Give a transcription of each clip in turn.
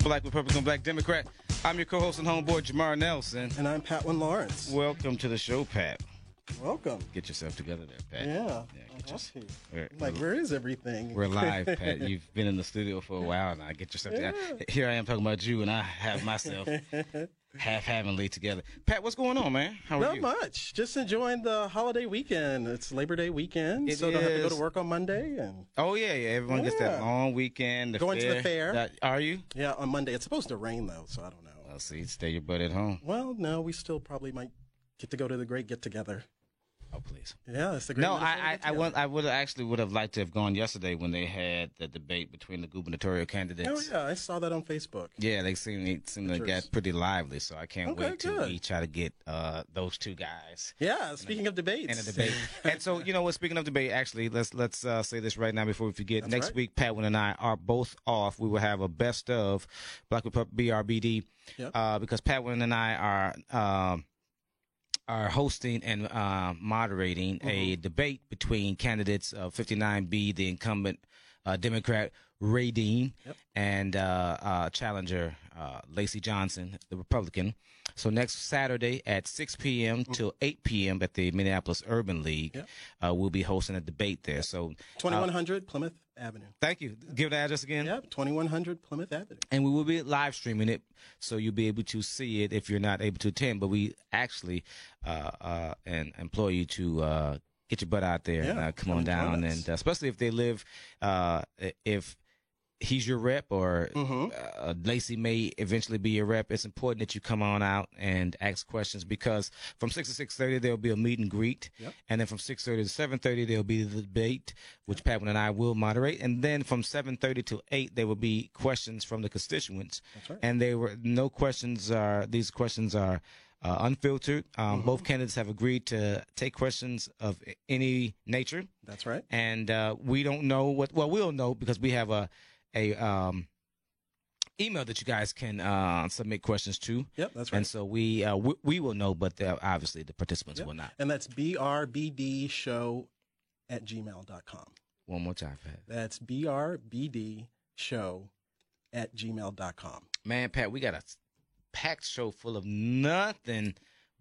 Black Republican, Black Democrat. I'm your co-host and homeboy, Jamar Nelson. And I'm Patwin Lawrence. Welcome to the show, Pat. Welcome. Get yourself together there, Pat. Yeah. get I'm yourself- happy. we're- Like, where is everything? We're live, Pat. You've been in the studio for a while now. Get yourself together. Here I am talking about you, and I have myself half havingly together. Pat, what's going on, man? How are Not you? much. Just enjoying the holiday weekend. It's Labor Day weekend, It so don't have to go is. to work on Monday. And Oh yeah, yeah. Everyone gets that Yeah. long weekend. The Going to the fair. That- are you? yeah, on Monday it's supposed to rain though, so I don't know. Well, Oh, see, stay your butt at home. Well, no, we still probably might get to go to the great get together. Oh please. Yeah, it's the great. No, I Minnesota I, I, Get-Together. want, I would actually would have liked to have gone yesterday when they had the debate between the gubernatorial candidates. Oh yeah, I saw that on Facebook. Yeah, they seem they seem to Pictures. got pretty lively, so I can't Okay, wait to good. we try to get uh, those two guys Yeah, speaking of debates, in a debate. and so, you know what? Speaking of debate, actually, let's let's uh, say this right now before we forget. That's Next right. week, Patwin and I are both off. We will have a best of Black Republic BRBD Yep. uh, because Patwin and I are. Um, are hosting and uh, moderating a debate between candidates of 59B, the incumbent uh, Democrat Ray Dean, and uh, uh, challenger uh, Lacey Johnson, the Republican. So next Saturday at 6 p.m. till 8 p.m. at the Minneapolis Urban League, Yep. uh, we'll be hosting a debate there. So twenty one hundred Plymouth Avenue. thank you. Give the address again. Yep, twenty one hundred Plymouth Avenue. And we will be live streaming it, so you'll be able to see it if you're not able to attend. But we actually uh, uh, and employ you to uh, get your butt out there and Yeah, uh, come come on and join down, us. and uh, especially if they live, uh, if he's your rep or uh, Lacey may eventually be your rep. It's important that you come on out and ask questions because from six to six thirty there'll be a meet and greet, and then from six thirty to seven thirty there'll be the debate, which Patwin and I will moderate, and then from seven thirty to eight there will be questions from the constituents, and they were no questions are these questions are. Uh, unfiltered. Um, Both candidates have agreed to take questions of any nature That's right. and uh, we don't know what. Well, we'll know because we have a a um, email that you guys can uh, submit questions to. Yep, that's And right. so we uh, we, we will know, but uh, obviously the participants Yep. will not. And that's brbd show at gmail.com. One more time, Pat. That's brbd show at gmail.com. Man, Pat, we got a packed show full of nothing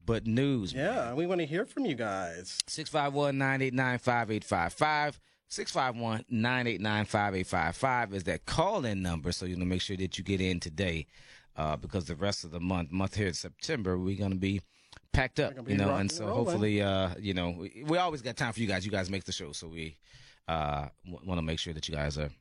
but news. Yeah, we want to hear from you guys. Six five one nine eight nine five eight five five. 651 989 5855 is that call in number. So, you know, make sure that you get in today uh, because the rest of the month, month here in September, we're going to be packed up, gonna you be know. rocking And and so, rolling. hopefully, uh, you know, we, we always got time for you guys. You guys make the show. So, we uh, w- want to make sure that you guys are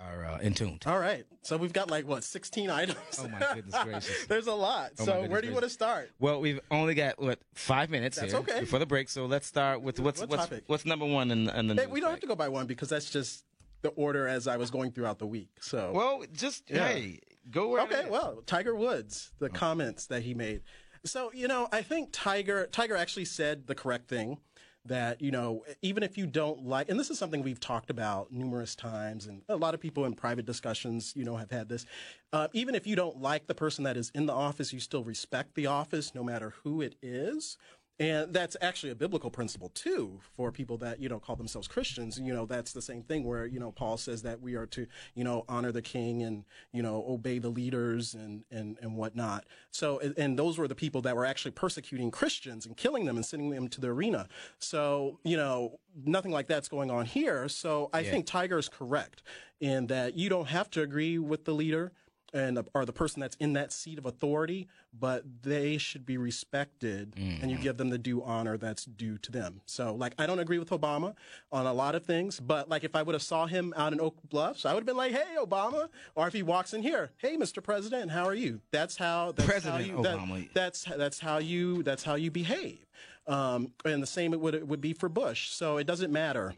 are uh, in tune. All right. So we've got like what, 16 items? Oh, my goodness gracious. There's a lot. Oh, my so goodness where do you want to gracious. start? Well, we've only got what five minutes That's here okay. before the break, so let's start with what's What what's topic? what's number one in, in the. Hey, news we don't have bag. to go by one because that's just the order as I was going throughout the week. So Well, just Yeah. hey, go where. it Okay, is. well, Tiger Woods, the comments that he made. So, you know, I think Tiger Tiger actually said the correct thing that, you know, even if you don't like and this is something we've talked about numerous times and a lot of people in private discussions, you know, have had this. Uh, even if you don't like the person that is in the office, you still respect the office no matter who it is. And that's actually a biblical principle too for people that, you know, call themselves Christians. You know, that's the same thing where, you know, Paul says that we are to, you know, honor the king and, you know, obey the leaders and, and, and whatnot. So, and- and those were the people that were actually persecuting Christians and killing them and sending them to the arena. So, you know, nothing like that's going on here. So I think Tiger is correct in that you don't have to agree with the leader and the- or the person that's in that seat of authority, but they should be respected and you Mm. give them the due honor that's due to them. So like I don't agree with Obama on a lot of things, but like if I would have saw him out in Oak Bluffs, I would have been like, "Hey Obama," or if he walks in here, "Hey Mr. President, how are you?" That's how that's President how you, that- Obama. that's that's how you that's how you behave. Um, and the same it would it would be for Bush. So it doesn't matter.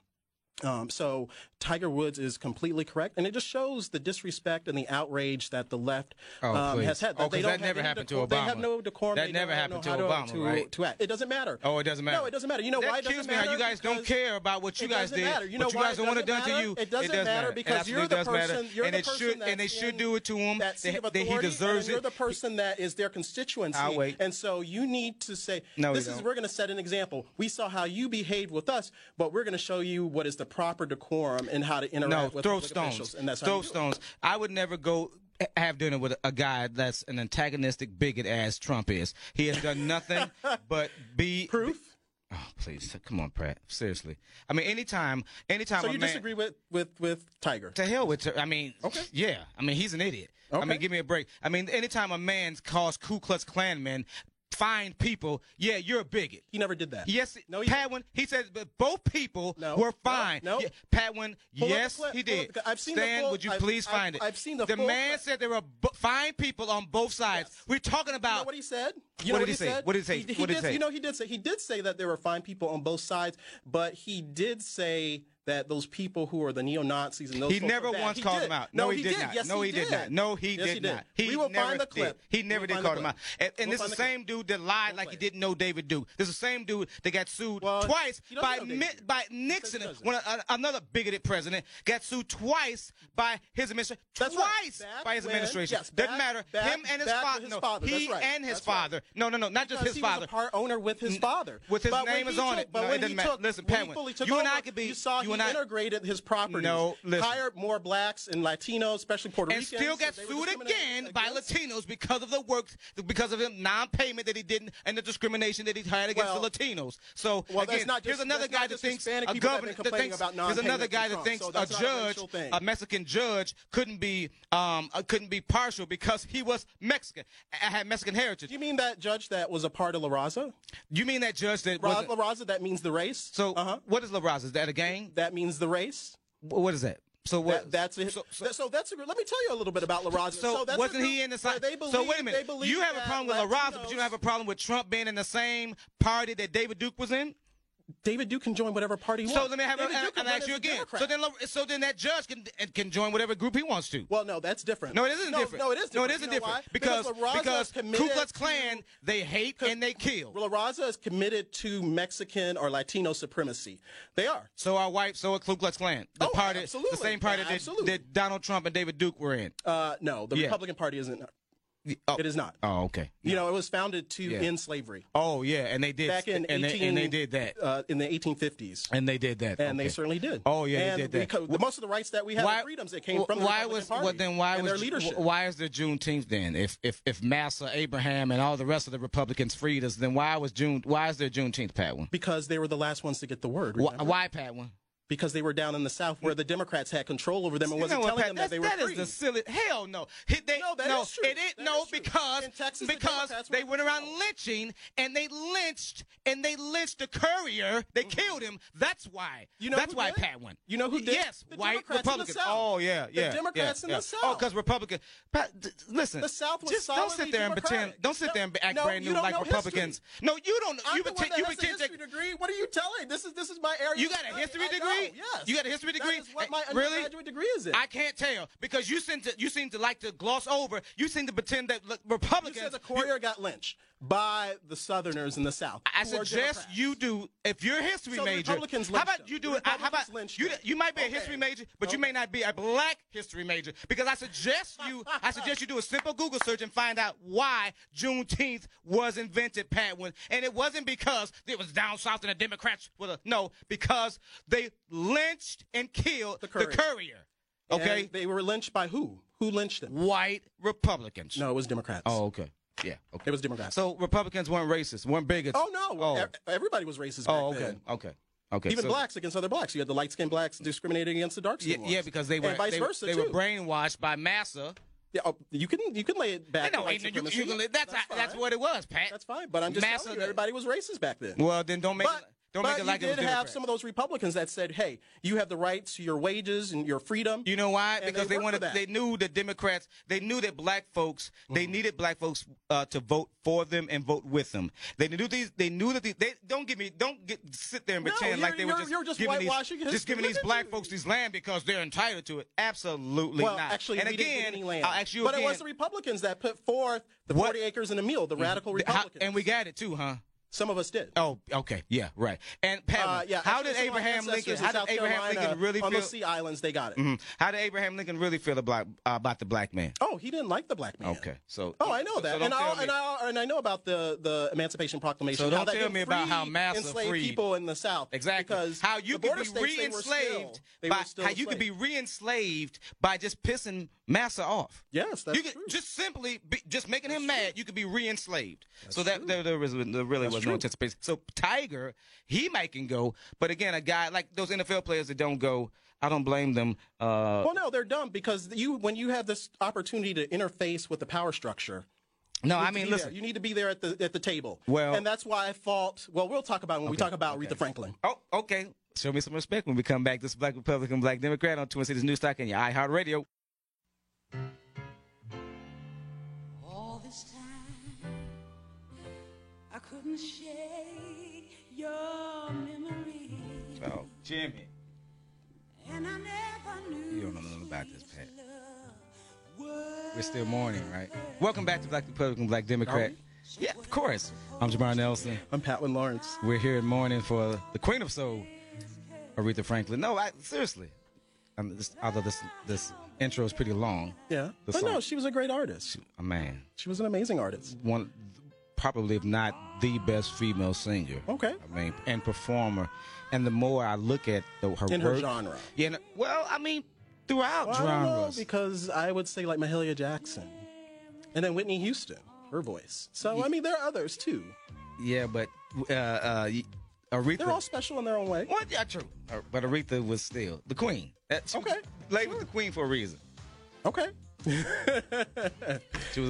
Um, so Tiger Woods is completely correct, and it just shows the disrespect and the outrage that the left Oh, um, please. has had. Oh, 'cause they that don't have never any happened to decorum. They have Obama. no decorum. That They never don't happened know to how Obama, to, right? To act. It doesn't matter. Oh, it doesn't matter. No, it doesn't matter. You know that why it kills doesn't me matter? how you guys don't Because- care about what you it guys doesn't did. matter. You know what you why guys it don't want it done doesn't to matter? you. It doesn't does matter matter because It absolutely you're the does matter. person- you're and the it should. person And they that's should in do it to him. that seat They- of they- authority, he deserves and you're it. the person that is their constituency. I'll wait. And so you need to say, No, we "This is don't. we're going to set an example. We saw how you behaved with us, but we're going to show you what is the proper decorum and how to interact No, with throw public stones. officials." And that's how throw you do it. stones. I would never go. have dinner with a guy that's an antagonistic bigot as Trump is. He has done nothing but be Proof. Oh, please, come on, Pratt. Seriously, I mean, anytime, anytime. So a you man- disagree with with with Tiger? To hell with. Her. I mean, Okay. yeah. I mean, he's an idiot. I Okay. mean, give me a break. I mean, anytime a man calls Ku Klux Klan men fine people, yeah, you're a bigot. He never did that. Yes, No, he didn't. Padwin. He said but both people No, were no, fine. no. Yeah, Padwin. Pull up the yes, clip, he pull up did. the clip. I've seen the Stan, full- would you I've- please I've- find it? I've seen the The full man clip. said there were b- fine people on both sides. Yes. We're talking You about know what he said? What You know did he say? said? What did he say? He, What did he did- say? You know, he did say he did say that there were fine people on both sides, but he did say that those people who are the neo Nazis and those He folks never are bad. once He called did. him out. No, he, did not. Yes, no, he, did. not. No, he Yes, did, he not. He we will never find the did. clip. He We never will did find the call him out. clip. And, and We'll this is find the clip. same dude that lied like he it. didn't know David Duke. This is the same dude that got sued Well, twice he doesn't by know David Mi- Duke. by says he Nixon doesn't. when a, a- another bigoted president got sued twice by his administration. That's right. twice Back by his when- administration. yes, Doesn't back- matter. back- him and his, back fa- with his no, father. That's He right. and his That's right. father. No, no, no. Not just Because his he father. was a part owner with his father. with his But when name he is on took- it. But No, it when he doesn't matter. took, Listen, when he Penguin, fully took you and I over, could be- You saw you he and I- integrated his properties. No, listen. Hired more blacks and Latinos, especially Puerto and Ricans. still got They were sued discriminated again by against. Latinos because of the work, because of the non-payment that he didn't and the discrimination that he had against Well- the Latinos. So well, that's again, not here's just- another that's guy not that just thinks Hispanic a people that have government been that thinks complaining about there's another non-payment guy from that Trump, thinks so a that's not a judge, racial thing. a Mexican judge, couldn't be um uh, couldn't be partial because he was Mexican, uh, had Mexican heritage. You mean that judge that was a part of La Raza? You mean that judge that Ra- was La Raza, that means the race. so? uh-huh. What is La Raza? Is that a gang? that means the race. Wh- What is that? So what? That, that's it. So, So, so- that's a, let me tell you a little bit about La Raza. So, that's a wasn't he group in the where same? They believe, so wait a they minute. believe You have a that problem with La Raza, but you don't have a Latinos- problem with Trump being in the same party that David Duke was in. David Duke can join whatever party he So wants. let me have. David and- Duke can and run ask as you a again. Democrat. So then, La- so then that judge can and can join whatever group he wants to. Well, no, that's different. No, it isn't different. No, it is different. No, it isn't You know different why? because La Raza because, is committed Ku Klux to- Klan they hate and they kill. La Raza is committed to Mexican or Latino supremacy. They are. So our white, so a Ku Klux Klan, the Oh, party, the absolutely. same party that, Absolutely. that Donald Trump and David Duke were in. Uh, no, the Yeah. Republican Party isn't. Oh, It is not. oh, okay. You know, it was founded to Yeah. end slavery Oh, yeah, and they did. back in and, 18, they, and they did that. uh, in the 1850s. And they did that. And Okay. they certainly did. Oh, yeah, they and did that. because- the- most of the rights that we have, the freedoms that came from the why Republican was Party well, then why and was their leadership. why is there Juneteenth then? If if if Massa Abraham and all the rest of the Republicans freed us, then why was June? Why is there Juneteenth, Pat one? because they were the last ones to get the word. Why, remember? why Pat one? Because they were down in the South where the Democrats had control over them and You wasn't know what, telling Pat, them that they that's- were that is free. the silly hell no. He- they- No, that no, is true. It is, That no is true. because In Texas, the because Democrats were they in went around control. lynching and they lynched and they lynched the courier. They killed him. That's why. Mm-hmm. You know that's who why did? Pat won. You know who did? Yes, The white Democrats in the Republicans. South. Oh yeah, The yeah. Democrats yeah, in the yeah. South. Oh, because Republican. Pat, d- listen. The South was just don't sit solidly there and pretend. Democratic. Don't sit No, there and act no, brand you new don't like know Republicans. history. No, you don't. I'm you the pretend. one that you has a pretend. history degree. What are you telling? This is this is my area. You of got a study. history I know, degree? yes. You got a history degree? That is what Eh, my really? undergraduate degree is in. I can't tell because you seem to you seem to like to gloss over. You seem to pretend that look, Republicans. you said the courier got lynched by the Southerners in the South. I who are suggest Democrats. you do if you're a history So the major. Republicans how lynched about them. you do The it? How Republicans about lynched you? them. You might be a Okay. history major, but you may not be a black history major because I suggest you. I suggest you do a simple Google search and find out why Juneteenth was invented, Patwin, and it wasn't because it was down south and the Democrats were the, no, because they lynched and killed the courier. courier. And Okay, they were lynched by who? Who lynched them? white Republicans. No, it was Democrats. Oh, okay. Yeah. Okay. it was Democrats. So Republicans weren't racist, weren't bigots. oh no, Oh. E- everybody was racist. Oh, back okay. then. Okay. Okay. Even so- blacks against other blacks. You had the light-skinned blacks discriminating against the Yeah, dark-skinned ones. yeah, because they were and vice they, versa they too. were brainwashed by massa. yeah, oh, you can you can lay it back. No, to white you, you, supremacy. you can, that's that's, fine. what it was, Pat. That's fine, but I'm just Massa telling you, that- everybody was racist back then. Well, then don't make but it, don't but make it like you it was did have Democrats. some of those Republicans that said, "Hey, you have the right to your wages and your freedom." You know why? And Because they they, work wanted. for that. Mm. They knew the Democrats. They knew that black folks. They needed black folks uh, to vote for them and vote with them. They knew these. They knew that these, they don't give me. Don't get sit there and No, pretend like you're- they were you're- just, you're just giving whitewashing these, history. just giving Look these at black you. folks these land because they're entitled to it. Absolutely well, not. actually, and we again, didn't get any land. I'll ask you but again. it was the Republicans that put forth the What- 40 acres and a meal, the radical how- Republicans. and we got it too, huh? Some of us did. Oh, okay, yeah, right. And Pat, Uh, yeah, how actually, did some of our Abraham ancestors Lincoln? in How did South Abraham Carolina Lincoln really on feel? those sea islands? They got it. Mhm. How did Abraham Lincoln really feel about uh, about the black man? Oh, he didn't like the black man. Okay, so Oh, I know so- that, so don't and, tell I me- and I and I know about the the Emancipation Proclamation. So how don't that tell it me about how freed Massa enslaved freed. people in the South. Exactly. Because how you the could border be states, they were re-enslaved still- they by were still how you could enslaved. be re-enslaved by just pissing Massa off. Yes, that's you could true. just simply be, just making him That's true. mad. You could be re-enslaved. so That's that there, there, was, there really That's was true. no anticipation. So Tiger, he might can go, but again, a guy like those NFL players that don't go, I don't blame them. Uh, well, no, they're dumb because you when you have this opportunity to interface with the power structure. no, you I need to mean, be there. listen. you need to be there at the at the table. Well- and that's why I fault. Well, we'll talk about when we talk about okay. Aretha Franklin. Oh, okay. Show me some respect when we come back. This is Black Republican, Black Democrat on Twin Cities News Talk and your iHeartRadio. All this time, I couldn't shake your memory. Oh, Jimmy. And I never knew. You don't know nothing about this, Pat. What We're still mourning, right? Welcome back to Black Republican, Black Democrat. Yeah, of course. I'm Jamar Nelson. I'm Patlin Lawrence. We're here in mourning for the Queen of Soul, Aretha Franklin. No, I, seriously. I mean, this, although this this intro is pretty long, Yeah, The but no, song. she was a great artist. oh, man, She was an amazing artist. one probably if not the best female singer. Okay. I mean, and performer. And the more I look at the, her In her work, genre. yeah, no- well, I mean, throughout Well, I don't know, genres. because I would say like Mahalia Jackson, and then Whitney Houston, her voice. So I mean, there are others too. yeah, but uh, uh, y- Aretha. They're all special in their own way. Well, yeah, true. Uh, But Aretha was still the queen. That- she was Okay, labeled the queen for a reason. Okay. She was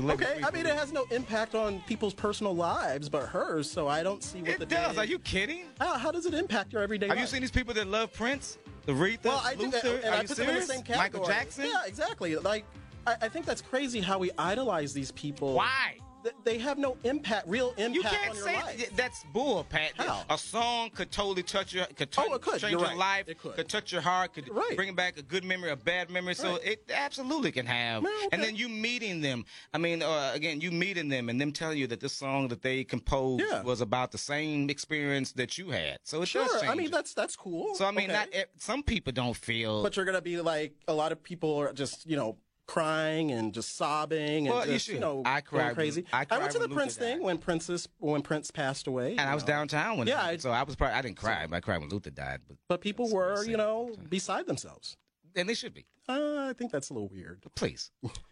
labeled Okay, the I queen mean for a it has no impact on people's personal lives but hers, so I don't see what reason. the It does. day- Are you kidding? How, how does it impact your everyday Have you life? seen these people that love Prince, Aretha, well, I do Luther? that, and Are I you put them in the serious? same category. Michael Jackson. Yeah, exactly. Like, I, I think that's crazy how we idolize these people. Why? Th- they have no impact, real impact You can't on your say life. th- that's bull, Pat. How? A song could totally touch your, could Oh, tou- it could. change You're your right. life, It could. touch your heart, could Right. bring back a good memory, a bad memory. So Right. it absolutely can have. Well, And okay. then you meeting them. I mean, uh, again, you meeting them and them telling you that this song that they composed Yeah. was about the same experience that you had. So it does sure, change. I mean it. that's that's cool. so I mean, Okay. not e- some people don't feel. But you're gonna be like a lot of people are just you know crying and just sobbing and Well, you just you, should. know I going cried crazy. when- I cried went to the when Luther Prince thing died. when Prince's when Prince passed away, and I was downtown when. Yeah, I, I- so I was probably I didn't cry. but I cried when Luther died. But but people That's were insane. you know beside themselves. and they should be. Uh, I think that's a little weird. Please,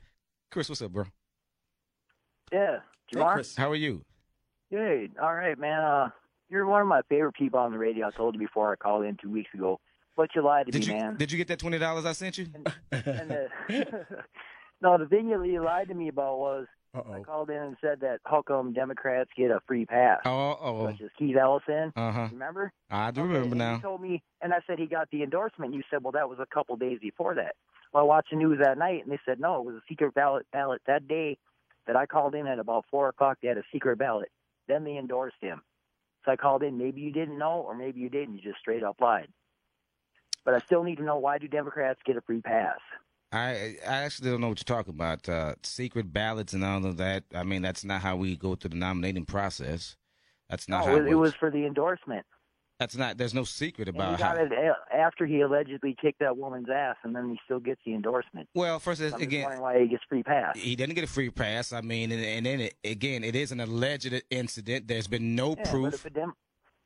Chris, what's up, bro? Yeah, Hey, Jamar. Chris. How are you? Good. All right, man. Uh, you're one of my favorite people on the radio. I told you before I called in two weeks ago, but you lied to Did me, Uh, you man. did you get that twenty dollars I sent you? and the, no, the thing you, you lied to me about was I Uh-oh. called in and said that how come Democrats get a free pass, Oh, oh, such as Keith Ellison. uh huh. Remember? I do Okay, remember and now. You told me, and I said he got the endorsement. You said, well, that was a couple days before that. Well, I watched the news that night, and they said no, it was a secret ballot. Ballot that day that I called in at about four o'clock. They had a secret ballot. Then they endorsed him. So I called in. Maybe you didn't know, or maybe you did, and you just straight up lied. But I still need to know why do Democrats get a free pass? I I actually don't know what you're talking about. Uh, secret ballots and all of that. I mean, that's not how we go through the nominating process. That's not no, how Oh, it, it was works. for the endorsement. That's not. There's no secret And he about got how. it a- after he allegedly kicked that woman's ass, and then he still gets the endorsement. Well, first So I'm just again, wondering why he gets free pass. he didn't get a free pass. I mean, and, and then it, again, it is an alleged incident. There's been no Yeah, proof. But if a, Dem-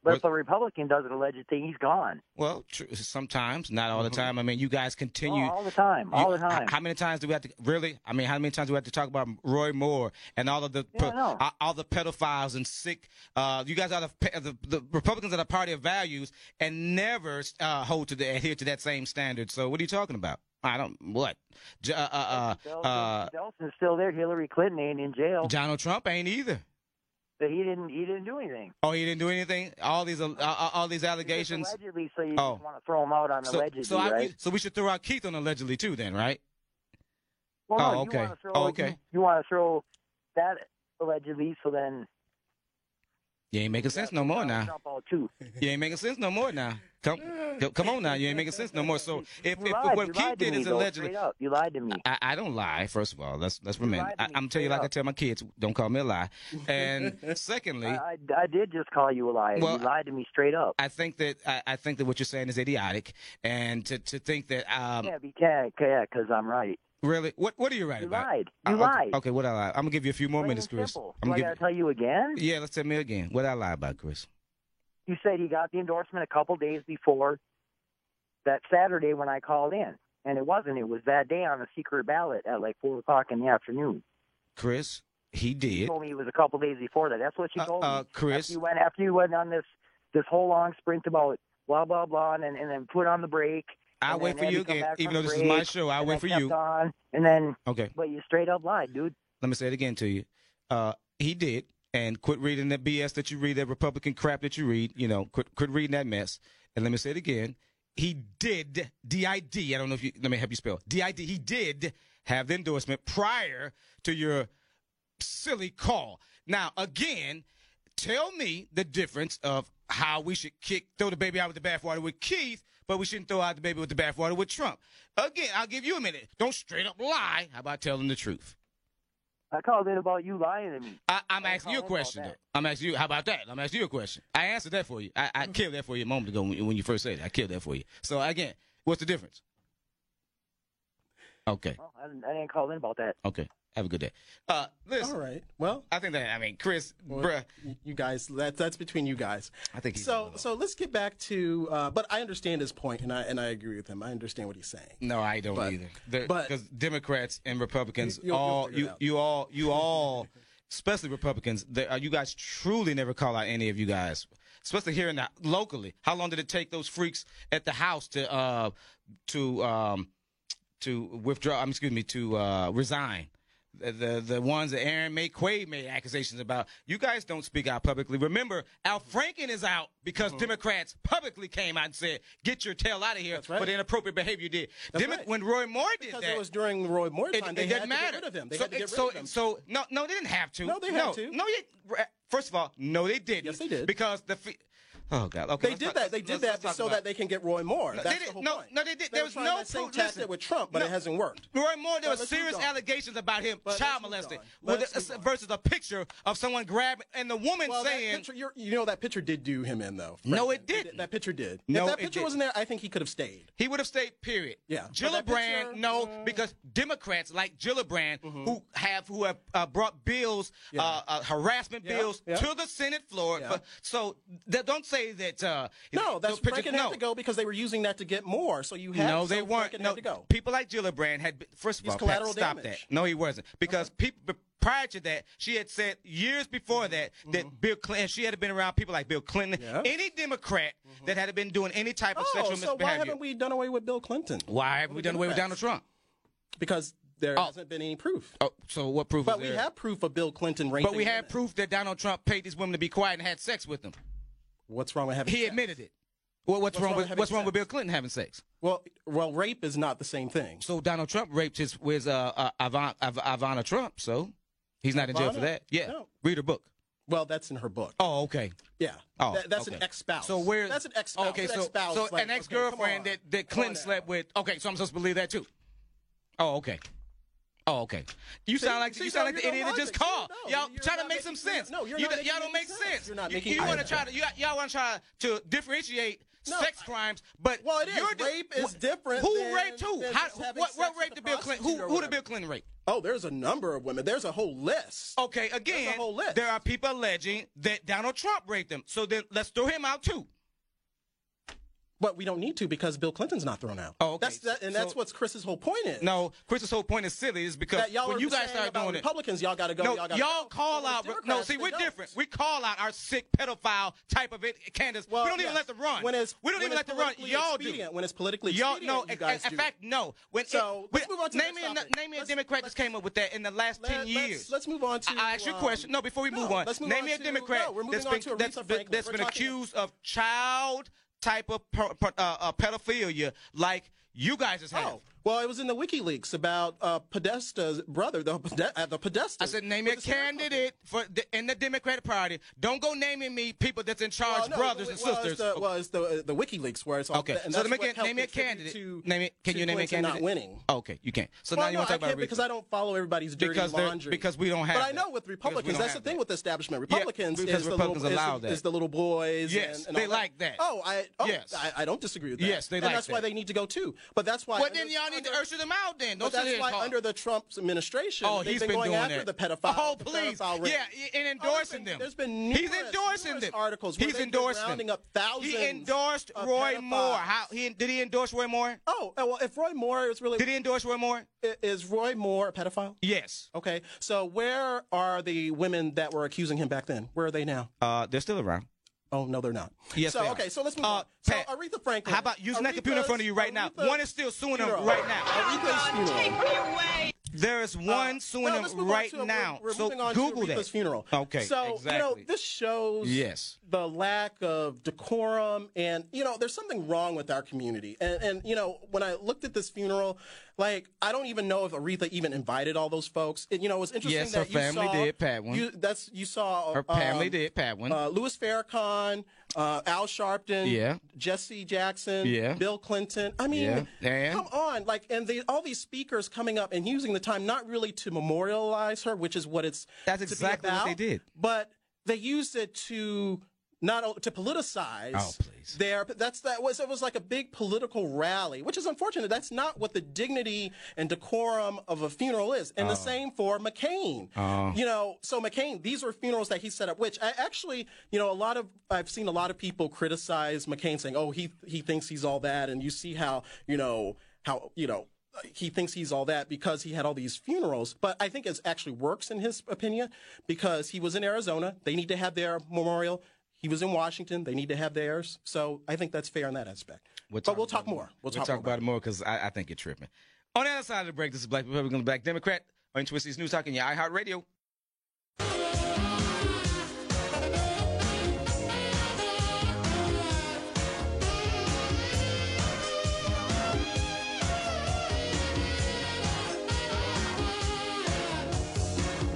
but What- if a Republican does an alleged thing, he's gone. well, tr- sometimes, not all the time. I mean, you guys Mm-hmm. Oh, continue. all the time, all You- the time. h- How many times do we have to really? I mean, how many times do we have to talk about Roy Moore and all of the Yeah, I know. uh, all the pedophiles and sick? Uh, you guys are the, pe- the the Republicans are the party of values and never uh, hold to the adhere to that same standard. So what are you talking about? I don't what. J- uh, uh, uh, Bel- uh, Belson's still there. Hillary Clinton ain't in jail, Donald Trump ain't either. but he didn't. He didn't do anything. Oh, he didn't do anything. All these uh, uh, all these He just allegations. Allegedly, so you Oh. just want to throw him out on So, allegedly, so, I- right? so we should throw out Keith on allegedly too, then, right? well, no, oh, you okay. wanna throw- Oh, okay. You, you want to throw that allegedly, so then You ain't making sense no more now. Trump out too. You ain't making sense no more now. Come, co- come on now. You ain't making sense no more. So if, You if lied. what you Keith lied to did me, is though, allegedly, straight up. You lied to me. I, I don't lie. First of all, let's let's remember. lied to I, me I'm tell you like straight I up. tell my kids, don't call me a lie. And secondly, I, I, I, I did just call you a liar. Well, you lied to me straight up. think that I, I think that what you're saying is idiotic, and to to think that um yeah, be- yeah, yeah, because I'm right. really what what are you right You about? lied. Uh, You okay, lied. Okay, what I lie? I'm gonna give you a few more Plain minutes, and Chris. simple. I'm Do I gonna gotta give. tell you again. Yeah, let's tell me again. What I lie about, Chris? You said he got the endorsement a couple days before that Saturday when I called in. and it wasn't. It was that day on a secret ballot at like four o'clock in the afternoon. Chris, he She did. told me it was a couple days before that. That's what she Uh, told uh, me. Chris. after you went after you went on this this whole long sprint about blah blah blah, and then, and then put on the brake. I'll and wait then for had you to come again, back even from though this is my break, show. I'll and wait then for kept you. On, and then, Okay. but you straight up lied, dude. let me say it again to you. Uh, he did, and quit reading that BS that you read, that Republican crap that you read. You know, quit quit reading that mess. And let me say it again. He did did. I don't know if you. Let me help you spell did. He did have the endorsement prior to your silly call. Now again, tell me the difference of how we should kick throw the baby out with the bathwater with Keith, but we shouldn't throw out the baby with the bathwater with Trump. Again, I'll give you a minute. Don't straight up lie. How about telling the truth? I called in about you lying to me. I, I'm Don't asking you a call in about question, that. though. I'm asking you, how about that? I'm asking you a question. I answered that for you. I, I killed that for you a moment ago when, when you first said it. I killed that for you. So, again, what's the difference? Okay. Well, I, didn't- I didn't call in about that. Okay. Have a good day. Uh, listen, All right. Well, I think that, I mean, Chris, bruh, y- you guys, that, that's between you guys. I think he's. So, so let's get back to. Uh, but I understand his point, and I and I agree with him. I understand what he's saying. No, I don't But- either. but- Because Democrats and Republicans, You'll- you'll all figure it you, out. you all, you all, especially Republicans, they, uh, you guys truly never call out any of you guys, especially here in the, locally. How long did it take those freaks at the house to uh, to um, to withdraw? Um, excuse me, to uh, resign. The, the the ones that Aaron May Quaid made accusations about. You guys don't speak out publicly. Remember, Al Franken is out because Mm-hmm. Democrats publicly came out and said, "Get your tail out of here." right. for the inappropriate behavior you did. Demo- right. When Roy Moore did Because that, it was during the Roy Moore it, time. it they had didn't matter. to get rid of him. They so, had to get it- so, rid of him. so no, no, they didn't have to. No, they no, had to. No, you, first of all, no, they didn't. Yes, they did. Because the, fe- oh god, okay. they let's did talk- that. They let's- let's did that talk so about- that they can get Roy Moore. No, That's they the did- whole no, point. no, they did- They there were was trying no that same proof. tactic Listen. with Trump, but No. it hasn't worked. Roy Moore, there were But let's move serious on. allegations about him But child let's move molesting on. with Let's a- move on. versus a picture of someone grabbing and the woman Well, that saying, picture, you're, you know that picture did do him in though. No, frankly. it didn't. That picture did. No, if that it picture didn't. wasn't there, I think he could have stayed. He would have stayed. Period. Yeah. But that Gillibrand, picture- Mm-hmm. no, because Democrats like Gillibrand, who have who have uh, brought bills, uh, uh, harassment Yeah, bills yeah. to the Senate floor. Yeah. But- so th- don't say that. Uh, No, that's those pictures- Franken no. had to go because they were using that to get more. So you had no, so they weren't. Franken no, had to go. people like Gillibrand had been, first of He's all, Pat, collateral stop damage. that. No, he wasn't because people prior to that, she had said years before that that Bill Clinton. She had been around people like Bill Clinton, Mm-hmm. Yeah. Mm-hmm. any Democrat that had been doing any type of Oh, sexual so why misbehavior. haven't we done away with Bill Clinton? Why haven't we done away with Donald Democrats? Trump? Because there Oh. hasn't been any proof. Oh, so what proof? But is we there? have proof of Bill Clinton raping. But we women. have proof that Donald Trump paid these women to be quiet and had sex with them. What's wrong with having? He sex? admitted it. Well, what's, wrong, wrong with with having what's wrong sex? with Bill Clinton having sex? Well, well, rape is not the same thing. So Donald Trump raped his with uh, uh, Ivan, Iv- Ivana Trump. So he's not in jail for Ivana? that. Yeah, No. read her book. Well, that's in her book. Oh, okay. Yeah. Oh, That- that's an okay. ex spouse. So where? That's an ex spouse. Okay, an so ex-spouse, so like, an okay, ex girlfriend come on. that that Come on Clinton now. slept with. Okay, so I'm supposed to believe that too. Oh, okay. Oh, okay. You See- sound like see, you sound no, like the you're idiot not that just logic. See, called. no, y'all you're trying to not make some making- sense. no, you're you, not y'all don't make making sense. sense. You're not You- making You, want to sense. try to you, y'all want to try to differentiate No, sex I- crimes, but Well, it is. you're di- Rape is wh- different Who than- raped who? than How, just having what sex what with raped the the Bill Clinton? prostitute Who or who did whatever. Bill Clinton rape? Oh, there's a number of women. There's a whole list. Okay, again, whole list. there are people alleging that Donald Trump raped them. So then let's throw him out too. But we don't need to because Bill Clinton's not thrown out. Oh, okay. That's that, and that's So- what Chris's whole point is. No, Chris's whole point is silly is because that y'all when are you guys saying start about doing it, Republicans, y'all got to go. No, y'all, y'all, gotta go. call But with out. No, Democrats, see, they we're don't. different. We call out our sick pedophile type of it, candidates. Well, we don't even yes. let them run. When it's, we don't when even let it's them run. politically Y'all expedient, do. When it's politically Y'all expedient, no. you in- guys in do. fact, no. When it- So, let's when- move on to the name next me a- topic. name me a Let's- Democrat let's- that came up with that in the last Let- ten let's- years. Let's move on to. I I asked you a um, question. No, before we move on, let's move name on me a to- Democrat no, we're that's moving on been to Aretha that's, Franklin. that's We're been talking- accused of child type of per- per- uh, uh, pedophilia, like you guys just have. Oh, well, it was in the WikiLeaks about uh, Podesta's brother, the, Podesta- uh, the Podesta. I said, name me a with the smear campaign. candidate for the, in the Democratic Party. Don't go naming me people that's in charge, Well, Oh, no, brothers it and was sisters. The, was the the WikiLeaks where it's all okay, and so that's let me get, what helped name me a contribute candidate. To, name it, can to you name me a Clinton candidate? Not winning. Okay, you can't. So well, now you no, want to I talk about can't because I don't follow everybody's dirty Because they're- laundry. because we don't have But I that. know with Because we Republicans, don't that's the have thing that. with the establishment. Republicans because is Republicans the little, allow is, the- that. is the little boys. Yes, and, and they all like that. Oh, I oh, Yes. I, I don't disagree with that. Yes, they and like that's why that. they need to go too. But that's why. Well, then under- y'all need to under- usher them out. Then But don't sit that's here why and call. under the Trump's administration, Oh, they've he's been, going doing after that. the pedophile. Oh, the please, pedophile ring. yeah, and endorsing there's been- them. There's been He's numerous, endorsing numerous them. articles. Where He's they've been endorsing them. rounding up thousands. He endorsed of Roy Moore. pedophiles. How he did he endorse Roy Moore? Oh, uh, well, if Roy Moore is really Did he endorse Roy Moore? i- is Roy Moore a pedophile? Yes. Okay, so where are the women that were accusing him back then? Where are they now? Uh, they're still around. Oh no, they're not. Yes, So they are. okay, so let's move Uh, on. So Pat, Aretha Franklin. How about using that computer in front of you right now? Aretha's- One is still suing him funeral. right now. Aretha's funeral. There is one Uh, suing no, him let's move on right to- we're- now. We're, so moving on Google to Aretha's that. funeral. Okay, So you know exactly. this shows Yes. the lack of decorum, and you know there's something wrong with our community. And and you know when I looked at this funeral, like I don't even know if Aretha even invited all those folks. And you know it's interesting Yes, her that you family saw, did, Pat, one. You, that's you saw Her family um, did Pat one. uh, Louis Farrakhan, uh, Al Sharpton, Yeah. Jesse Jackson, Yeah. Bill Clinton. I mean, Yeah. And? come on, like, and the, all these speakers coming up and using the time not really to memorialize her, which is what it's That's to be exactly what they about, did. but they used it to not o- to politicize. Oh, please. There, that's that was it was like a big political rally, which is unfortunate. That's not what the dignity and decorum of a funeral is. And the same for McCain. Oh. You know, so McCain, these were funerals that he set up. Which I actually, you know, a lot of I've seen a lot of people criticize McCain, saying, "Oh, he he thinks he's all that," and you see how you know how you know. He thinks he's all that because he had all these funerals, but I think it actually works in his opinion because he was in Arizona. They need to have their memorial. He was in Washington. They need to have theirs. So I think that's fair in that aspect. but we'll talk more. We'll, talk, more about about it more because I, I think you're tripping. On the other side of the break, this is Black Republican, Black Democrat on Twisty's News Talk and your iHeartRadio.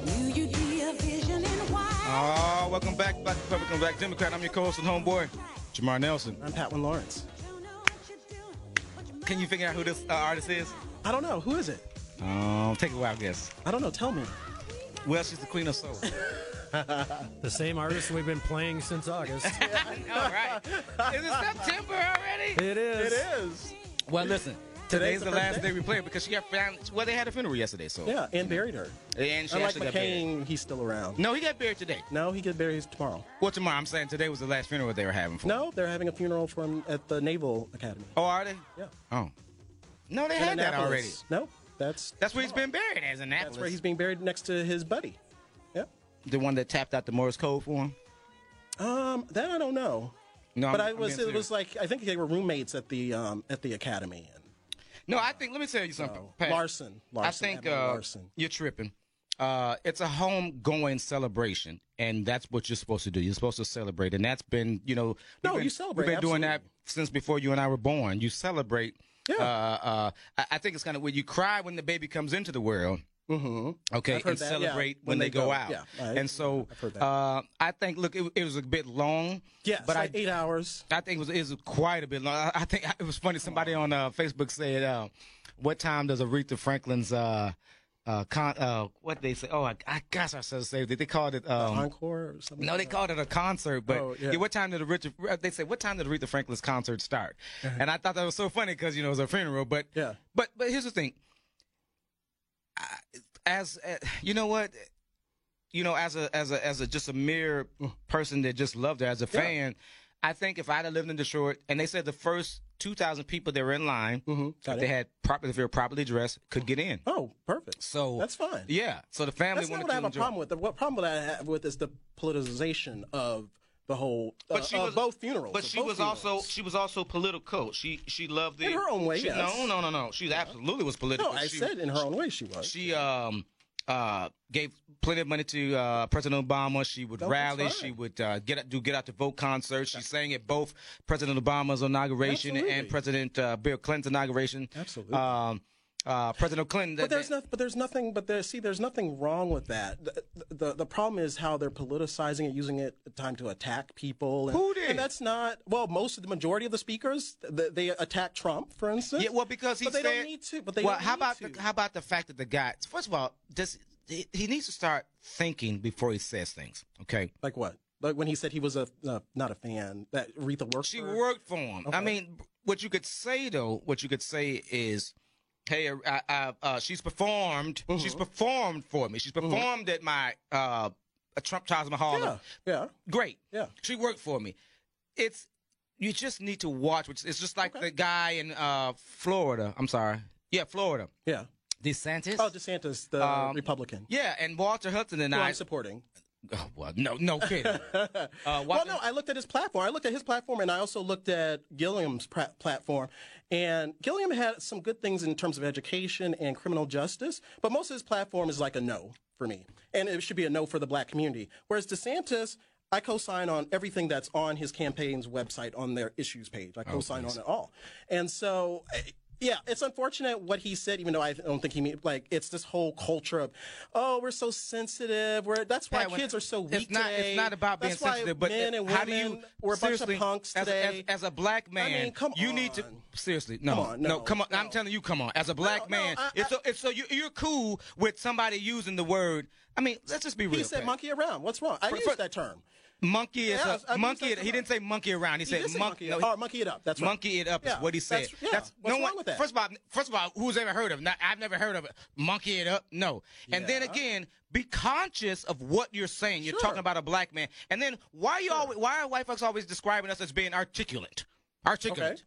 Will you be a vision in white? Oh, welcome back, Black Republican, Black Democrat. I'm your co-host and homeboy, Jamar Nelson. I'm Patwin Lawrence. Don't know what you're doing, but you Can you must figure out who this uh, artist is? I don't know. Who is it? Um, take a wild guess. I don't know. Tell me. Well, she's the queen of soul. The same artist we've been playing since August. All right. Is it September already? It is. is. Well, listen. Today's Today's the, the last first day? day we play it because she got found. Well, they had a funeral yesterday, so Yeah, and buried her. And she Unlike actually got buried. McCain, he's still around. No, he got buried today. No, he get buried tomorrow. Well, tomorrow I'm saying today was the last funeral they were having for. him. No, they're having a funeral for him at the Naval Academy. Oh, are they? Yeah. Oh. No, they In had that Annapolis. already. No, that's That's where he's been buried as Annapolis. that's where he's being buried next to his buddy. Yeah. the one that tapped out the Morse code for him. Um, that I don't know. No, but I'm- I I'm was being it was serious. like I think they were roommates at the um at the academy. And, No, I think. Let me tell you something, Pat. Larson, Larson, I think Admiral uh, Larson. you're tripping. Uh, it's a homegoing celebration, and that's what you're supposed to do. You're supposed to celebrate, and that's been, you know, we've No, been- you celebrate, We've been doing that since before you and I were born. You celebrate. Yeah. Uh, uh, I, I think it's kind of weird. You cry when the baby comes into the world. Mm-hmm. Okay, I've heard and that, yeah, celebrate when, they, go, out. yeah, I- and so I've heard that. Uh, I think. Look, it, it was a bit long. Yes, but like I eight hours. I think it was, it was quite a bit long. I, I think it was funny. Somebody on uh, Facebook said, uh, "What time does Aretha Franklin's uh, uh, con- uh, what they say? Oh, I, I gosh, I should say they, they called it. Um, Encore or something. no, they called it a concert, but Oh, yeah. yeah. what time did Aretha? They said what time did Aretha Franklin's concert start? and I thought that was so funny because you know it was her funeral, but Uh-huh. Yeah. but but here's the thing. I, as uh, you know what, you know, as a as a as a just a mere person that just loved her as a fan, I think if I'd have lived in Detroit and they said the first two thousand people that were in line, Got if it. Mm-hmm. they had properly if they were properly dressed, could get in. Oh, perfect. So that's fine. Yeah. So the family That's not wanted what I to have a enjoy- problem with. The what problem that I have with is the politicization of the whole. Uh, But she of was both funerals. But of she both was also funerals. she was also political. She she loved the In her own way, She, yes. No, no, no, no. She absolutely was No, political. I she, said in her own way she was. she um uh gave plenty of money to uh President Obama. She would That was rally. fine. She would uh, get out- do get out to vote concerts. She sang at both President Obama's inauguration and Absolutely. President uh, Bill Clinton's inauguration. Absolutely. Um, uh, President Clinton. but there's nothing. But there's nothing. But there. See, there's nothing wrong with that. The, the the problem is how they're politicizing it, using it time to attack people. And, Who did? And that's not. Well, most of the majority of the speakers, th they attack Trump, for instance. Yeah, well, because he But they said, don't need to. But they well, don't how need about to. The, how about the fact that the guy? First of all, does he, he needs to start thinking before he says things? Okay. like what? Like when he said he was a uh, not a fan that Aretha worked. She for? worked for him. I mean, what you could say though, what you could say is, hey, I, I, uh, she's performed. She's Mm-hmm. performed for me. She's performed at my uh, Trump Taj Mahal. Yeah, yeah. Great. Yeah. She worked for me. It's you just need to watch. which- It's just like the guy in uh, Florida. I'm sorry. Yeah, Florida. Yeah. DeSantis. Oh, DeSantis, the Um, Republican. yeah, and Walter Hudson and Who I. I'm supporting. Oh, well, no, no kidding. uh, Well, Walter- no, I looked at his platform. I looked at his platform, and I also looked at Gilliam's pra- platform. And Gilliam had some good things in terms of education and criminal justice, but most of his platform is like a no for me, and it should be a no for the black community. Whereas DeSantis. I co-sign on everything that's on his campaign's website on their issues page. I co-sign on it all, and so I- yeah, it's unfortunate what he said. Even though I don't think he mean like it's this whole culture of, oh, we're so sensitive. We're that's why Yeah, when- kids are so weak It's not. today. It's not about being That's why sensitive, but men it- and how do women you? were a bunch seriously, of punks as a, today. as, as a black man, mean, come you need to on. seriously no, Come on, no, come on. I'm no. telling you, come on. As a black no, man, I- it's I- so it's so you, you're cool with somebody using the word. I mean, let's just be real. he said Pat. monkey around. What's wrong? I For- used for- that term. Monkey is Yeah, a, I- I mean, monkey. it's It, not- he didn't say monkey around. He, He said did say monk- monkey, no, up. he- oh, monkey it up. That's right. monkey it up is Yeah, what he said. that's- yeah, no what's wrong one- with that? First of all, first of all, who's ever heard of? Not, I've never heard of it. Monkey it up. No. And then Yeah. again, be conscious of what you're saying. You're Sure. talking about a black man. And then why you always why are white folks always describing us as being articulate? Articulate. Okay.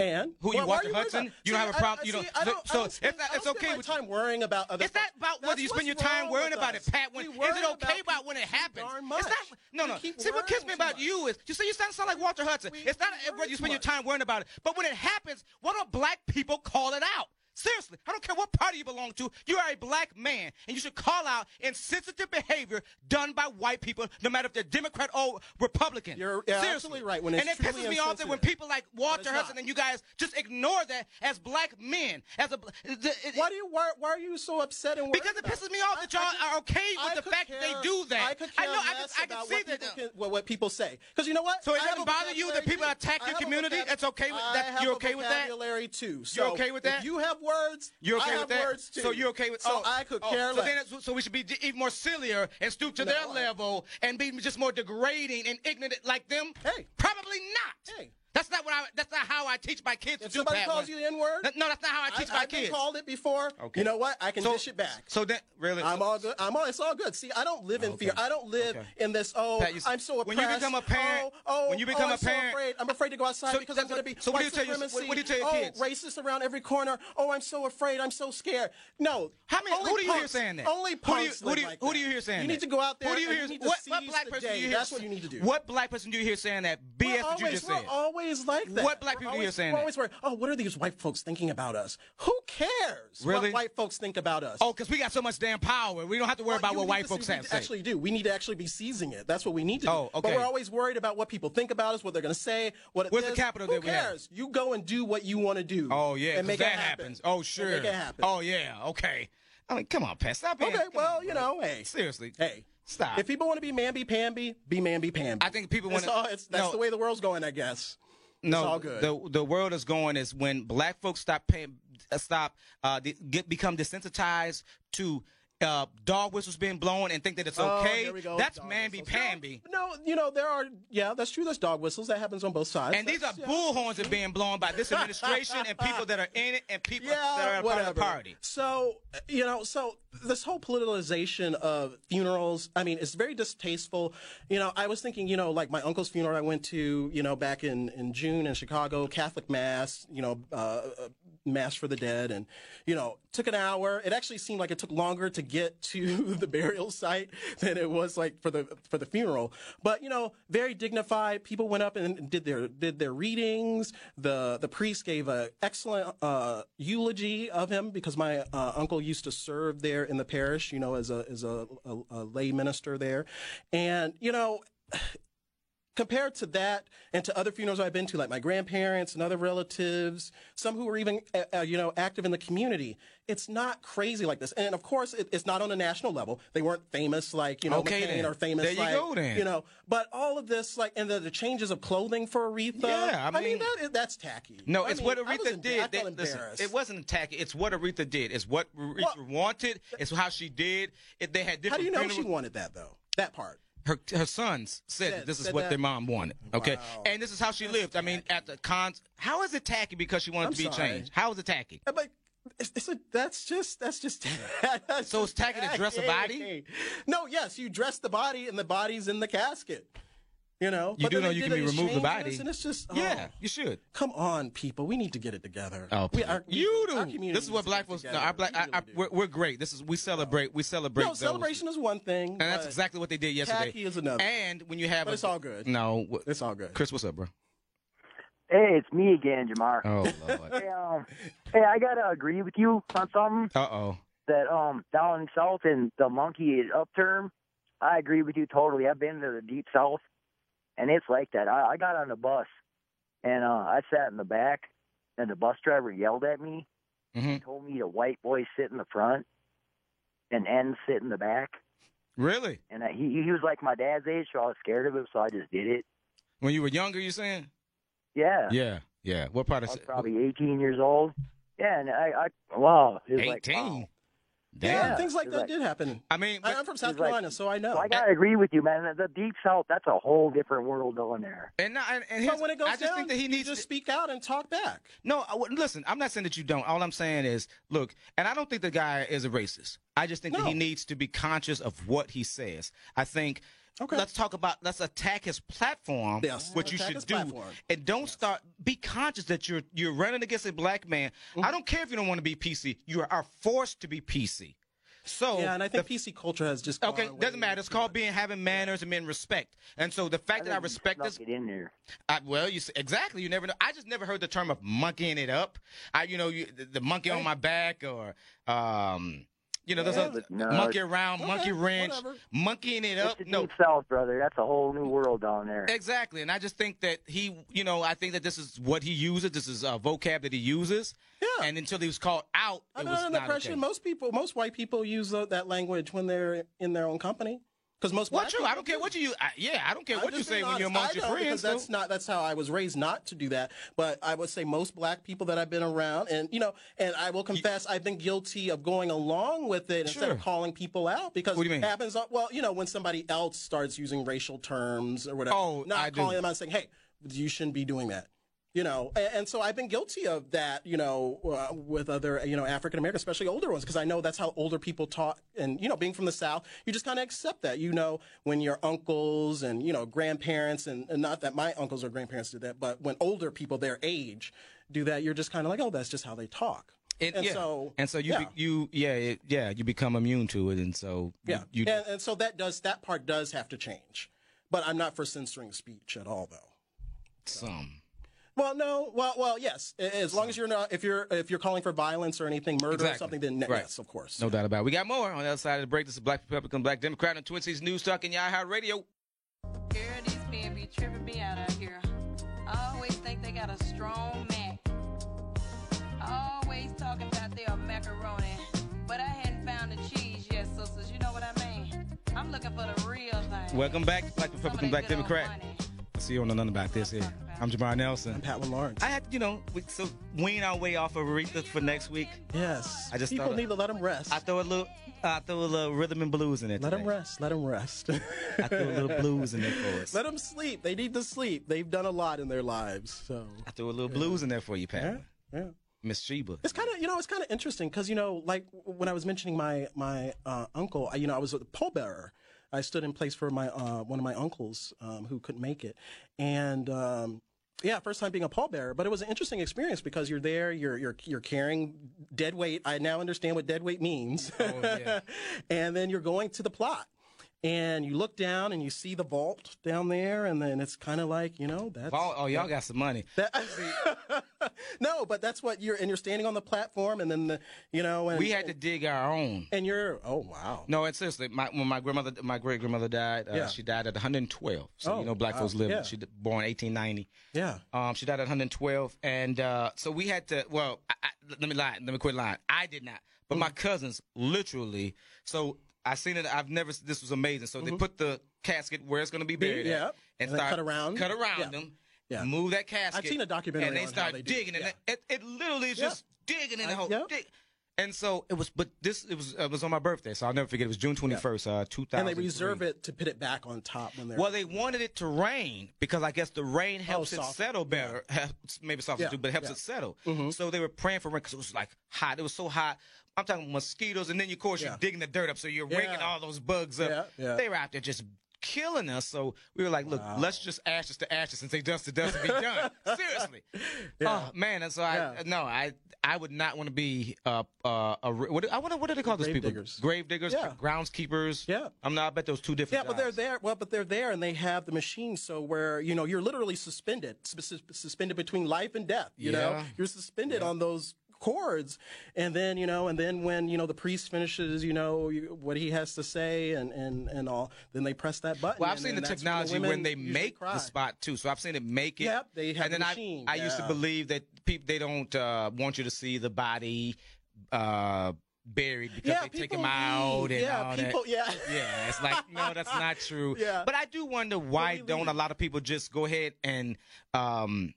And Who, you Walter Why- why are worried Hudson? about- You don't See, have a I- problem- I- you don't- see, I so- I so don't it's spend- not- I it's don't okay spend my with- time worrying about other. It's not folks. about whether That's you spend your what's time wrong worrying with about it, us. Pat. When, We is worry it okay about about when it happens? darn It's not. much. No, We no. keep See, what kills worrying me too about much. you is you say you sound, sound like Walter Hudson. We- it's not we worry whether you spend too your much. time worrying about it, but when it happens, why don't black people call it out? Seriously, I don't care what party you belong to. You are a black man, and you should call out insensitive behavior done by white people, no matter if they're Democrat or Republican. You're- yeah, Seriously. absolutely right. When it's and it truly pisses me off that when insensitive. people like Walter it's Hudson not. and you guys just ignore that as black men, as a. bl- The, it- Why do you? Why, why are you so upset and worried because it about pisses me off that y'all I- I are okay I with the could fact that care- they do that. I could care know. I less can, I can about see what that. people can- what, what people say. Because you know what? So it I doesn't have a bother you that vocabulary people too. attack I your have a community? vocab- That's okay with I that? have You're a okay with that? Vocabulary too. So okay with if that? you have words. You're okay I with have that? words too. So you're okay with? So oh, I could oh, care so then less. it's- so we should be d- even more sillier and stoop to their I- level and be just more degrading and ignorant like them? Hey. probably not. Hey. that's not what I. That's not how I teach my kids to If do somebody that calls one. you the N-word, Th- no, that's not how I teach my I've kids. been called it before. You know what? I can so, dish it back. So that really, I'm all good. I'm all. It's all good. See, I don't live in fear. I don't live Oh, Okay. in this. Oh, Pat, you s- I'm so when oppressed. you become a parent- Oh, oh when you become oh, a I'm parent- so afraid. I'm afraid to go outside So because that's I'm going to be. what- so what do you white tell your- supremacy. what- what do you tell your oh, kids? racist around every corner. Oh, I'm so afraid. I'm so scared. No. How many? Only who do you hear punks- saying that? Only Who do you, punks who do live you, like who do that. you hear saying You that? need to go out there. Who do you and hear? need to what, what seize black the person do day. you hear? That's what you need to do. What black person do you hear saying that BS We're always, that you just said? We're always like that. What black We're people always, here saying We're that? always worried. Oh, what are these white folks thinking about us? Who cares Really? what white folks think about us? Oh, because we got so much damn power. We don't have to worry about Uh, you what need white to folks see- we have to say. Actually, do we need to actually be seizing it? That's what we need to. do. Oh, okay. But we're always worried about what people think about us, what they're going to say. What it Where's the is. capital Who that we have? cares? You go and do what you want to do. oh, yeah. 'cause and make that it happen. happens. Oh, And sure. make it happen. Oh, yeah. Okay. I mean, come on, Pat. Stop being- okay. come Well, on, you bro. know, hey, Seriously. hey, Stop. If people want to be mamby pamby, be mamby pamby. I think people wanna- That's no. the way the world's going, I guess. no, all good. The the world is going is when black folks stop paying, uh, stop uh, de- get become desensitized to uh, dog whistles being blown and think that it's Oh, okay. here we go. That's Dog mamby whistles. pamby. No, no, you know there are. Yeah, that's true. There's dog whistles that happens on both sides. And these are That's- yeah. bullhorns that are being blown by this administration and people that are in it and people that are a part of the party. So uh, you know, so this whole politicalization of funerals, I mean, it's very distasteful. You know, I was thinking, you know, like my uncle's funeral I went to, you know, back in in June in Chicago, Catholic mass, you know, uh, uh, mass for the dead, and you know, took an hour. It actually seemed like it took longer to get to the burial site than it was like for the for the funeral. But you know, very dignified. People went up and did their did their readings. The the priest gave a excellent uh, eulogy of him because my uh, uncle used to serve there in the parish, you know, as a as a, a, a lay minister there, and you know. Compared to that and to other funerals I've been to, like my grandparents and other relatives, some who were even, uh, uh, you know, active in the community, it's not crazy like this. And of course, it, it's not on a national level. They weren't famous like, you know, Okay, McCain then. or famous There you like, go, then. you know, but all of this, like, and the, the changes of clothing for Aretha. Yeah, I mean- that is, that's tacky. No, I it's mean, what I was Aretha embar- did. I felt They- listen, embarrassed. it wasn't attacking. It's what Aretha did. It's what Aretha Well- wanted. It's how she did. It, they had How different. do you know funerals. she wanted that though? That part. her her sons said, Said- that this is said what that. their mom wanted. Okay, Wow. and this is how she lived. I mean, at the cons, how is it tacky because she wanted I'm to be sorry. changed? How is it tacky? I'm like, it's, it's a, that's just that's just. that's So it's just tacky to dress a body? tacky. No, yes, you dress the body, and the body's in the casket. You know, You do then know they you did can be these removed the changes, body. and it's just oh, Yeah, you should. Come on, people, we need to get it together. Oh, we, people. our, you our do. community This is what needs to black get folks. No, together. our black. We I, I, really do. we're, we're great. This is we celebrate. We celebrate. no, those- celebration is one thing, And that's but exactly what they did yesterday. Tacky is another. And Mm. when you have, But a, it's all good. No, wh- it's all good. Chris, what's up, bro? Hey, it's me again, Jamar. Oh lord. Hey, um, hey, I gotta agree with you on something uh oh. that um down south in the monkey up term. I agree with you totally. I've been to the deep south, and it's like that. I, I got on the bus, and uh, I sat in the back, and the bus driver yelled at me, Mhm. told me the white boys sit in the front, and N sit in the back. Really? And I, he he was like my dad's age, so I was scared of him, so I just did it. When you were younger, you saying? Yeah, Yeah, yeah. What part I of? was probably 18 years old. Yeah, and I, I wow, it was like, wow. Eighteen. yeah, Damn. things like It's that like- did happen. I mean, I, but, I'm from South it's like- Carolina, so I know. So I gotta agree with you, man. The deep south, that's a whole different world on there. and, not- and, and but here's- when it goes I just down, think that he you needs just to. speak out and talk back. No, I wouldn't- listen. I'm not saying that you don't. All I'm saying is, look, and I don't think the guy is a racist. I just think that he No. needs to be conscious of what he says. I think. Okay. Let's talk about let's attack his platform. Yes. What you Attack should his do, platform. and don't start. Be conscious that you're you're running against a black man. Mm-hmm. I don't care if you don't want to be PC. You are forced to be PC. So Yeah, and I the think PC culture has just gone Okay, away doesn't matter. It's too called much. being having manners and being respect. And so the fact that I think you respect snuck this, It in there. I, well, you s- exactly. You never know. I just never heard the term of monkeying it up. I, you know, you, the, the monkey on my back or, um, you know, there's Yeah, a but no. monkey around, Okay, monkey wrench, whatever. monkeying it It's up. the No, deep south, brother. That's a whole new world down there. exactly. And I just think that he, you know, I think that this is what he uses. This is a vocab that he uses. Yeah. And until he was called out, it I've been was under the not impression okay. most people, most white people use tho- that language when they're in their own company. Because most Well, black true. I people don't care what you. I, yeah, I don't care I'm what you just say being when you're honest. amongst your I don't, friends. Because though. that's not that's how I was raised not to do that. But I would say most black people that I've been around, and you know, and I will confess, I've been guilty of going along with it instead of Sure. calling people out because What do you mean? it happens. uh, Well, you know, when somebody else starts using racial terms or whatever, Oh, not I do. calling them out and saying, "Hey, you shouldn't be doing that." You know, and, and so I've been guilty of that. You know, uh, with other you know African Americans, especially older ones, because I know that's how older people talk. And you know, being from the South, you just kind of accept that. You know, when your uncles and you know grandparents, and, and not that my uncles or grandparents did that, but when older people their age do that, you're just kind of like, oh, that's just how they talk. And, And yeah. so- and so you yeah. be, you yeah it, yeah you become immune to it, and so you- Yeah, you, and, and so that does that part does have to change. But I'm not for censoring speech at all, though. some Well, no. Well, well, yes. A- As long as you're not, if you're if you're calling for violence or anything, murder Exactly. or something, then Right. yes, of course. no doubt about. it. We got more on the other side of the break. This is Black Republican, Black Democrat, and Twin Cities News Talk and Yahoo Radio. Girl, these men be tripping me out out here. I always think they got a strong Mac. Always talking about their macaroni. But I hadn't found the cheese yet, sisters. You know what I mean? I'm looking for the real thing. Welcome back, to Black Some of Republican, that Black good old Democrat. money. I'll see you on another about this. Here, I'm Jamar I'm Nelson. Pat Lawrence. I had you know we, so wean our way off of Aretha for next week. yes. I just people thought- need to let them rest. I throw a little I throw a little rhythm and blues in it. let them today. rest. Let them rest. I throw a little blues in there for us. let them sleep. They need to sleep. They've done a lot in their lives. So I threw a little blues in there for you, Pat. yeah, yeah. Miss Sheba. It's kind of you know it's kind of interesting because you know like when I was mentioning my my uh, uncle, I, you know I was a pallbearer. I stood in place for my uh, one of my uncles um, who couldn't make it, and um, yeah, first time being a pallbearer, but it was an interesting experience because you're there, you're you're you're carrying dead weight. I now understand what dead weight means, and then you're going to the plot. And you look down and you see the vault down there, and then it's kind of like you know that's Oh, oh, y'all got some money. that- no, but that's what you're and you're standing on the platform, and then the you know and We had to dig our own. and you're oh wow No, it's seriously. My, when my grandmother, my great grandmother died, uh, Yeah. she died at 112. So Oh, you know, black wow. folks live. Yeah. She d- born 1890. yeah Um, she died at 112, and uh, so we had to. Well, I, I, let me lie. Let me quit lying. I did not, but Mm-hmm. my cousins literally. So I seen it. I've never. This was amazing. So they put the casket where it's going to be buried. at, yeah. and, Mm-hmm. And then start cut around. cut around Yeah. them. Yeah. Move that casket. seen a documentary and they on how start they do it. digging, and Yeah. it, it, it literally is Yeah. just digging in the I- hole. yeah. dig- And so it was, but this it was it was on my birthday, so I'll never forget. It was June twenty first, uh, two thousand. And they reserve it to put it back on top when they're. Well, they wanted it to rain because I guess the rain helps it Oh, soften. settle better. Helps- Maybe softens Yeah, too, but it helps yeah. Mm-hmm. it settle. So they were praying for rain because it was like hot. It was so hot. I'm talking mosquitoes, and then of course Yeah. you're digging the dirt up, so you're raking Yeah. all those bugs up. Yeah, yeah. They were out there just killing us. So we were like, look, let's just ashes to ashes and say dust to dust and be done. Seriously. Oh man, and so I Yeah. no, I I would not want to be uh uh a, ra- what do- I wonder what do they call those Grave people? diggers. Grave diggers, Yeah. groundskeepers. Yeah. I'm not. I bet those two yeah, different. but they're jobs. there. Well, but they're there, and they have the machine. So where you know you're literally suspended, sus- suspended between life and death. You know, Yeah. you're suspended on those cords, and then you know, and then when you know the priest finishes, you know you- what he has to say, and and and all, then they press that button. Well, I've and seen then the that's technology when, women they usually make cry. the spot too. So I've seen it make it. Yep, they have And then the I, machine, I used to yeah. believe that people they don't uh, want you to see the body uh, buried because Yeah, they take people them out leave. and yeah, all people, that. Yeah, Yeah, it's like no, that's not true. Yeah. But I do wonder why Well, we don't a leave. lot of people just go ahead and, um,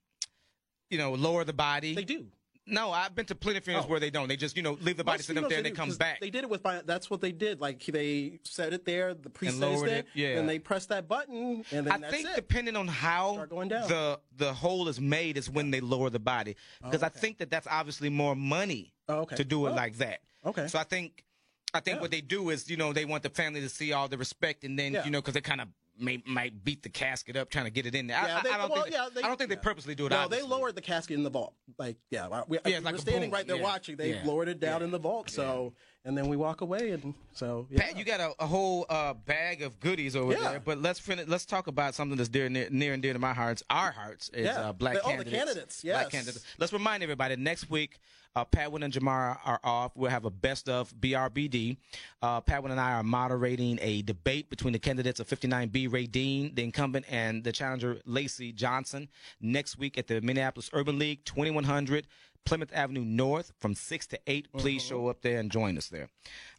you know, lower the body. they do. No, I've been to plenty of funerals Oh. where they don't. They just you know leave the body Most sit up funerals there and they do, come 'cause back. They did it with bi- that's what they did. Like they set it there, the priest And says lowered there, it, yeah. and they press that button, and then I that's think it. depending on how Start going down. the the hole is made is when they lower the body because I think that that's obviously more money Oh, okay. to do it Oh. like that. Okay. So I think I think what they do is you know they want the family to see all the respect and then Yeah. you know because they kind of may might beat the casket up trying to get it in there. I- Yeah, I, they- I don't well, think yeah, they- I don't think yeah. they purposely do it. No, obviously. they lowered the casket in the vault. Like, yeah, wow. we, Yeah, we like were a standing boom. right there Yeah. watching. They Yeah. lowered it down Yeah. in the vault. So, and then we walk away, and so yeah. Pat, you got a, a whole uh, bag of goodies over Yeah. there, but let's fin- let's talk about something that's dear, near, near and dear to my hearts. Our hearts is Yeah. uh, black The- oh, the candidates. candidates, Black yes. candidates. Let's remind everybody next week. Uh, Patwin and Jamara are off. We'll have a best of BRBD. Uh, Patwin and I are moderating a debate between the candidates of 59B Ray Dean, the incumbent, and the challenger Lacey Johnson next week at the Minneapolis Urban League, 2100 Plymouth Avenue North from 6 to 8. Mm-hmm. Please show up there and join us there.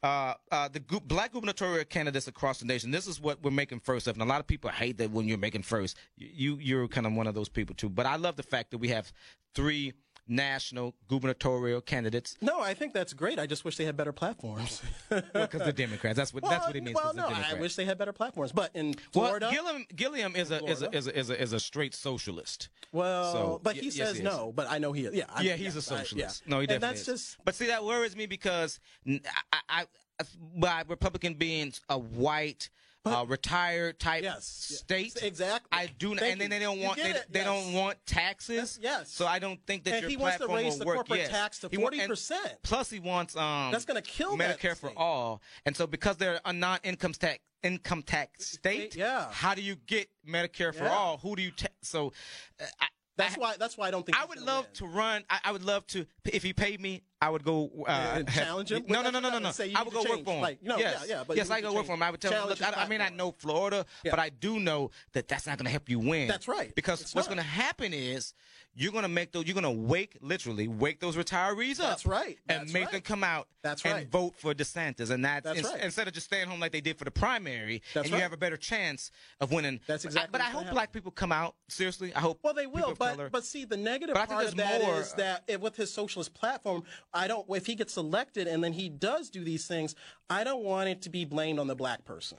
Uh, uh, the gu- black gubernatorial candidates across the nation, this is what we're making first of. And a lot of people hate that when you're making first. You, you're kind of one of those people too. But I love the fact that we have three national gubernatorial candidates No, I think that's great. I just wish they had better platforms. because they're Democrats. That's what, that's what it means. 'cause Well, they're no, I Democrats. wish they had better platforms. But in well, Florida, Gilliam, Gilliam is a, is a, is a, is a, is a straight socialist. well, So, but y- he yes, says he is. no. But I know he is. Yeah, I- yeah, he's a I- yeah. socialist. No, he definitely And that's is. just But see, that worries me because n- I, I- I- by Republican being a white, uh, retired type Yes, yeah. state, Exactly. I do, not, Thank and then you. they don't You want they, get it. they Yes. don't want taxes. Yes, yes. So I don't think that And your he wants to platform raise will the work. corporate yes. tax to He want- and 40%. Plus, he wants um That's gonna kill that Medicare for state. all. And so, because they're a non-income tax income tax state, yeah. how do you get Medicare for Yeah. all? Who do you ta- so? Uh, I, that's why. That's why I don't think I he's would gonna love win. to run. I, I would love to. If he paid me, I would go uh, And challenge him? No, Well, no, no, that's no, what no, I no. would say. You I need would to go work change. for him. Like, no, yeah, yes. yeah, but yes, you I need go to work for him. I would tell challenge him. his Look, I, I mean, I platform. know Florida, but I do know that that's not going to help you win. That's right. Because It's what's not. going to happen is you're going to make those. You're going to wake literally wake those retirees up. That's right. and That's make right. them come out. That's and right. vote for DeSantis, and that's, That's ins- right. instead of just staying home like they did for the primary, That's and you right. have a better chance of winning. That's But I- exactly But I, what's gonna hope happen. black people come out. Seriously, I hope. Well, they people will, of but color- but see, the negative But I think part of there's that is more- that it, with his socialist platform, I don't. If he gets elected and then he does do these things, I don't want it to be blamed on the black person.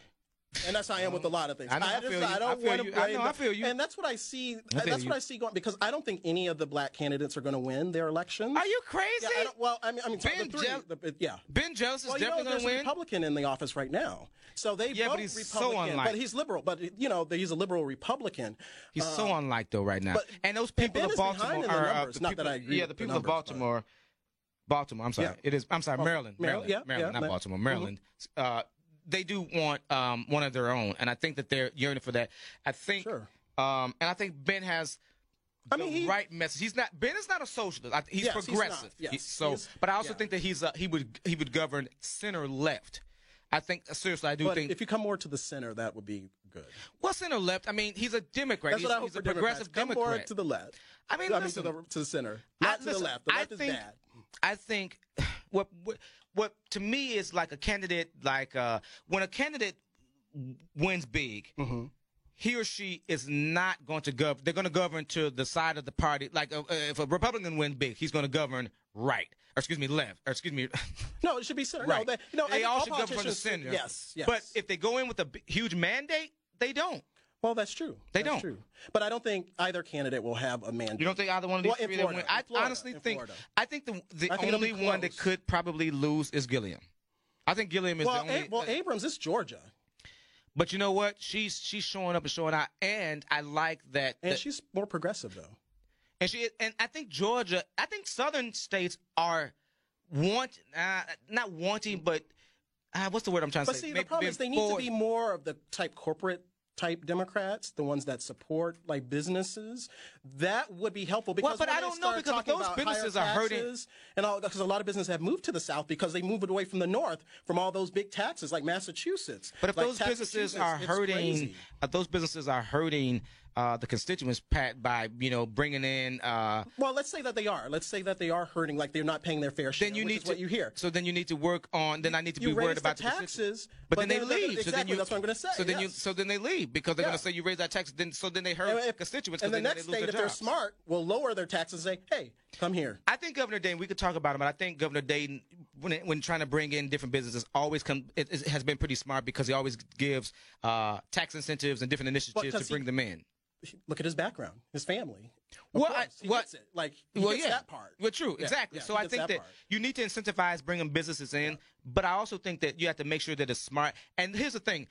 And that's how I am with a lot of things. I know, I just, feel you. I I don't feel want to you. I blame. know, the- I feel you. And that's what I see. feel that's you. what I see going because I don't think any of the black candidates are going to win their elections. Are you crazy? Yeah, I don't, well, I mean, I mean, Ben the three, Jel- the- yeah. Ben Jones is Well, you know, definitely there's going a to win. Republican in the office right now, so they Yeah, but vote he's so Republican. unlike. but he's liberal. But you know, he's a liberal Republican. Uh, He's so unlike though right now. but- and those and people Ben of is behind Baltimore in the are uh, numbers. the Not people, that I agree yeah, with the the people of numbers, but- Baltimore. Baltimore. I'm sorry. Yeah. Oh, It is. I'm sorry. Maryland. Maryland. Maryland, yeah, Maryland. yeah, Mm-hmm. not Ma- Baltimore. Maryland. Uh, they do want um, one of their own, and I think that they're yearning for that. I think. Sure. Um, and I think Ben has. I mean, the he- right message. He's not. Ben is not a socialist. I, he's Yes, he's not. progressive. Yes, He- so, he's- but I also yeah. think that he's uh, he would he would govern center left. I think seriously, I do But think if you come more to the center, that would be good. What's in the left? I mean, he's a Democrat. That's he's, what I hope he's for a progressive Democrats. Come Democrat. more to the left. I mean, to, listen. the, to the center, I- not to listen, the left. The I left is think, bad. I think what, what what to me is like a candidate like uh, when a candidate w- wins big. Mm-hmm. He or she is not going to govern. They're going to govern to the side of the party. Like uh, uh, if a Republican wins big, he's going to govern right. or excuse me, left, or excuse me, No, it should be center. right. No, they, no, I they think all all should go for the politicians- center. Yes, yes. But if they go in with a b- huge mandate, they don't. well, that's true. They That's don't. True. But I don't think either candidate will have a mandate. You don't think either one of these Well, in three that Florida, win? I in Florida, honestly in think Florida. I think the the I think it'll be only one that close. could probably lose is Gilliam. I think Gilliam is well, the only. A- well, Abrams is Georgia, but you know what? She's she's showing up and showing out, and I like that. and that- she's more progressive though. and she and I think Georgia. I think Southern states are want uh, not wanting, but uh, what's the word I'm trying But to say? see, the Maybe problem being is they need forward- to be more of the type corporate type Democrats, the ones that support like businesses. That would be helpful because but when I they don't know, start because if talking those about higher businesses are hurting- taxes and all because a lot of businesses have moved to the south because they moved away from the north from all those big taxes like Massachusetts. But if Like, those businesses Massachusetts, are it's hurting, crazy. if those businesses are hurting uh, the constituents, Pat, by you know bringing in, uh, Well, let's say that they are. Let's say that they are hurting, like they're not paying their fair share. then you which need is to what you hear. So then you need to work on. Then I need to You be worried raise the about constituents. taxes, but, but then they then- leave. so then exactly, you, that's what I'm gonna say, So then you, yes. so then they leave because they're Yeah. going to say you raise that tax. Then so then they hurt And if- constituents. 'cause And the then they next lose state, their if they're jobs. smart, will lower their taxes and say, "Hey, come here." I think Governor Dayton. We could talk about him, but I think Governor Dayton, when it- when trying to bring in different businesses, always come. It, it has been pretty smart because he always gives uh, tax incentives and different initiatives to 'cause he- bring them in. Look at his background, his family. Of Well, course, I- he well, gets it. Like he gets that part. Well, true, Yeah, exactly. yeah, so he I gets think that, that part. you need to incentivize bringing businesses in, but I also think that you have to make sure that it's smart. And here's the thing.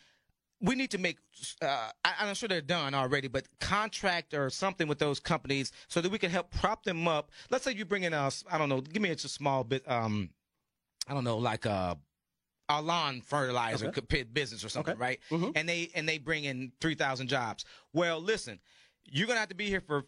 We need to make. Uh, I, I'm sure they're done already, but contract or something with those companies so that we can help prop them up. Let's say you bring in a, s- I don't know, give me a just small bit. Um, I don't know, like a a lawn fertilizer Okay. co- pi- business or something, Okay. Mm-hmm. right? And they and they bring in three thousand jobs. Well, listen, you're gonna have to be here for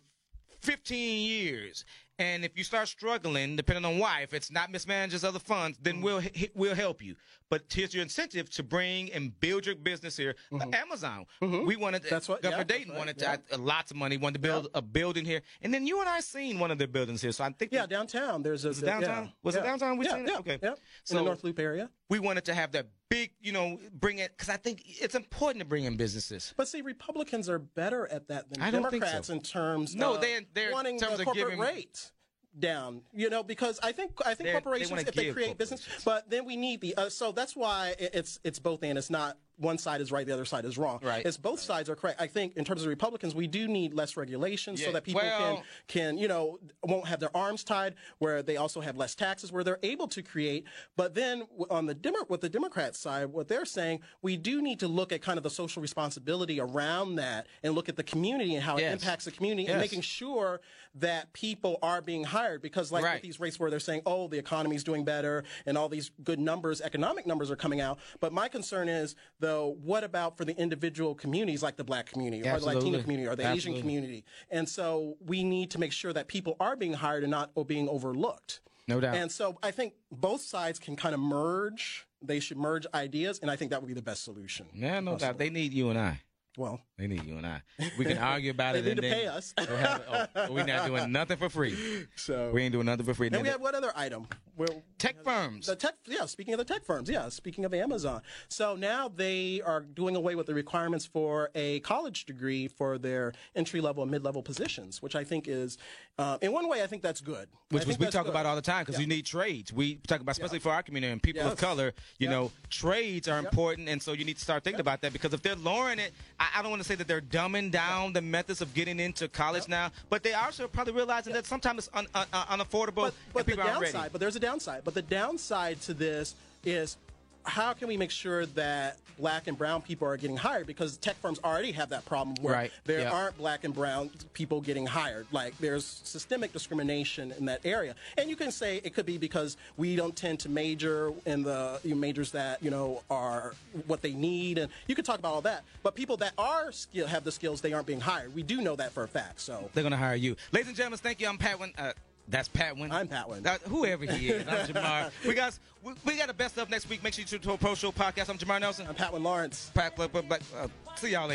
fifteen years, and if you start struggling, depending on why, if it's not mismanages other funds, Mm-hmm. then we'll h- h- we'll help you. But here's your incentive to bring and build your business here. Like Amazon, we wanted Mm-hmm. That's what- Governor yeah, that's Dayton right, wanted yeah. to, uh, lots of money, wanted to build a building here, and then you and I seen one of their buildings here, so I think Yeah, downtown. There's a it downtown? yeah, Was it yeah. downtown we yeah, seen it? yeah, Okay. yeah. So- in the North Loop area. we wanted to have that big, you know, bring it because I think it's important to bring in businesses. But see, Republicans are better at that than I don't think Democrats so. in terms No, of they- they're- in wanting terms the of corporate giving- rate down. You know, because I think I think They're- they corporations, wanna if they give create business, corporations. but then we need the. Uh, so that's why i- it's it's both and it's not one side is right, the other side is wrong. Right. It's both sides are correct. I think in terms of Republicans, we do need less regulation Yeah, so that people well- can can you know won't have their arms tied, where they also have less taxes, where they're able to create. But then w- on the Demo- with the Democrat side, what they're saying, we do need to look at kind of the social responsibility around that and look at the community and how Yes. it impacts the community Yes. and making sure that people are being hired because like Right. with these rates where they're saying, oh, the economy's doing better and all these good numbers, economic numbers are coming out. But my concern is though, what about for the individual communities like the black community or the Absolutely. Latino community or the Absolutely. Asian community? And so we need to make sure that people are being hired and not being overlooked. No doubt. And so I think both sides can kind of merge. They should merge ideas, and I think that would be the best solution. Yeah, no doubt. They need you and I. Well, They need you and I. We can argue about They it. need and to then pay us. we'll have it. Oh, we're not doing nothing for free. so We ain't doing nothing for free. And Then we the have one other item. Well, tech firms. the tech, yeah. Speaking of the tech firms, yeah. Speaking of Amazon, so now they are doing away with the requirements for a college degree for their entry level and mid level positions, which I think is, uh, in one way, I think that's good. I which think was, we that's talk good. about all the time because we need trades. We talk about especially for our community and people of Yes. color. You Yep. know, trades are important, and so you need to start thinking about that because if they're lowering it, I, I don't want to say that they're dumbing down the methods of getting into college now, but they also are probably realizing that sometimes it's un, un, un- unaffordable. But, and but the people aren't ready. downside, but there's a downside. But the downside to this is how can we make sure that black and brown people are getting hired? Because tech firms already have that problem where Right, there yeah. aren't black and brown people getting hired. Like there's systemic discrimination in that area. And you can say it could be because we don't tend to major in the you know, majors that, you know, are what they need. And you could talk about all that. But people that are skill have the skills, they aren't being hired. We do know that for a fact. So They're gonna hire you, ladies and gentlemen. Thank you. I'm Pat Win. Uh, that's Pat Win. I'm Pat Win. Uh, whoever he is, I'm Jamar. we got we, we got a best of next week. Make sure you tune to a Pro Show podcast. I'm Jamar Nelson. I'm Patwin Lawrence. Pat. Black, Black, Black. Uh, see y'all later.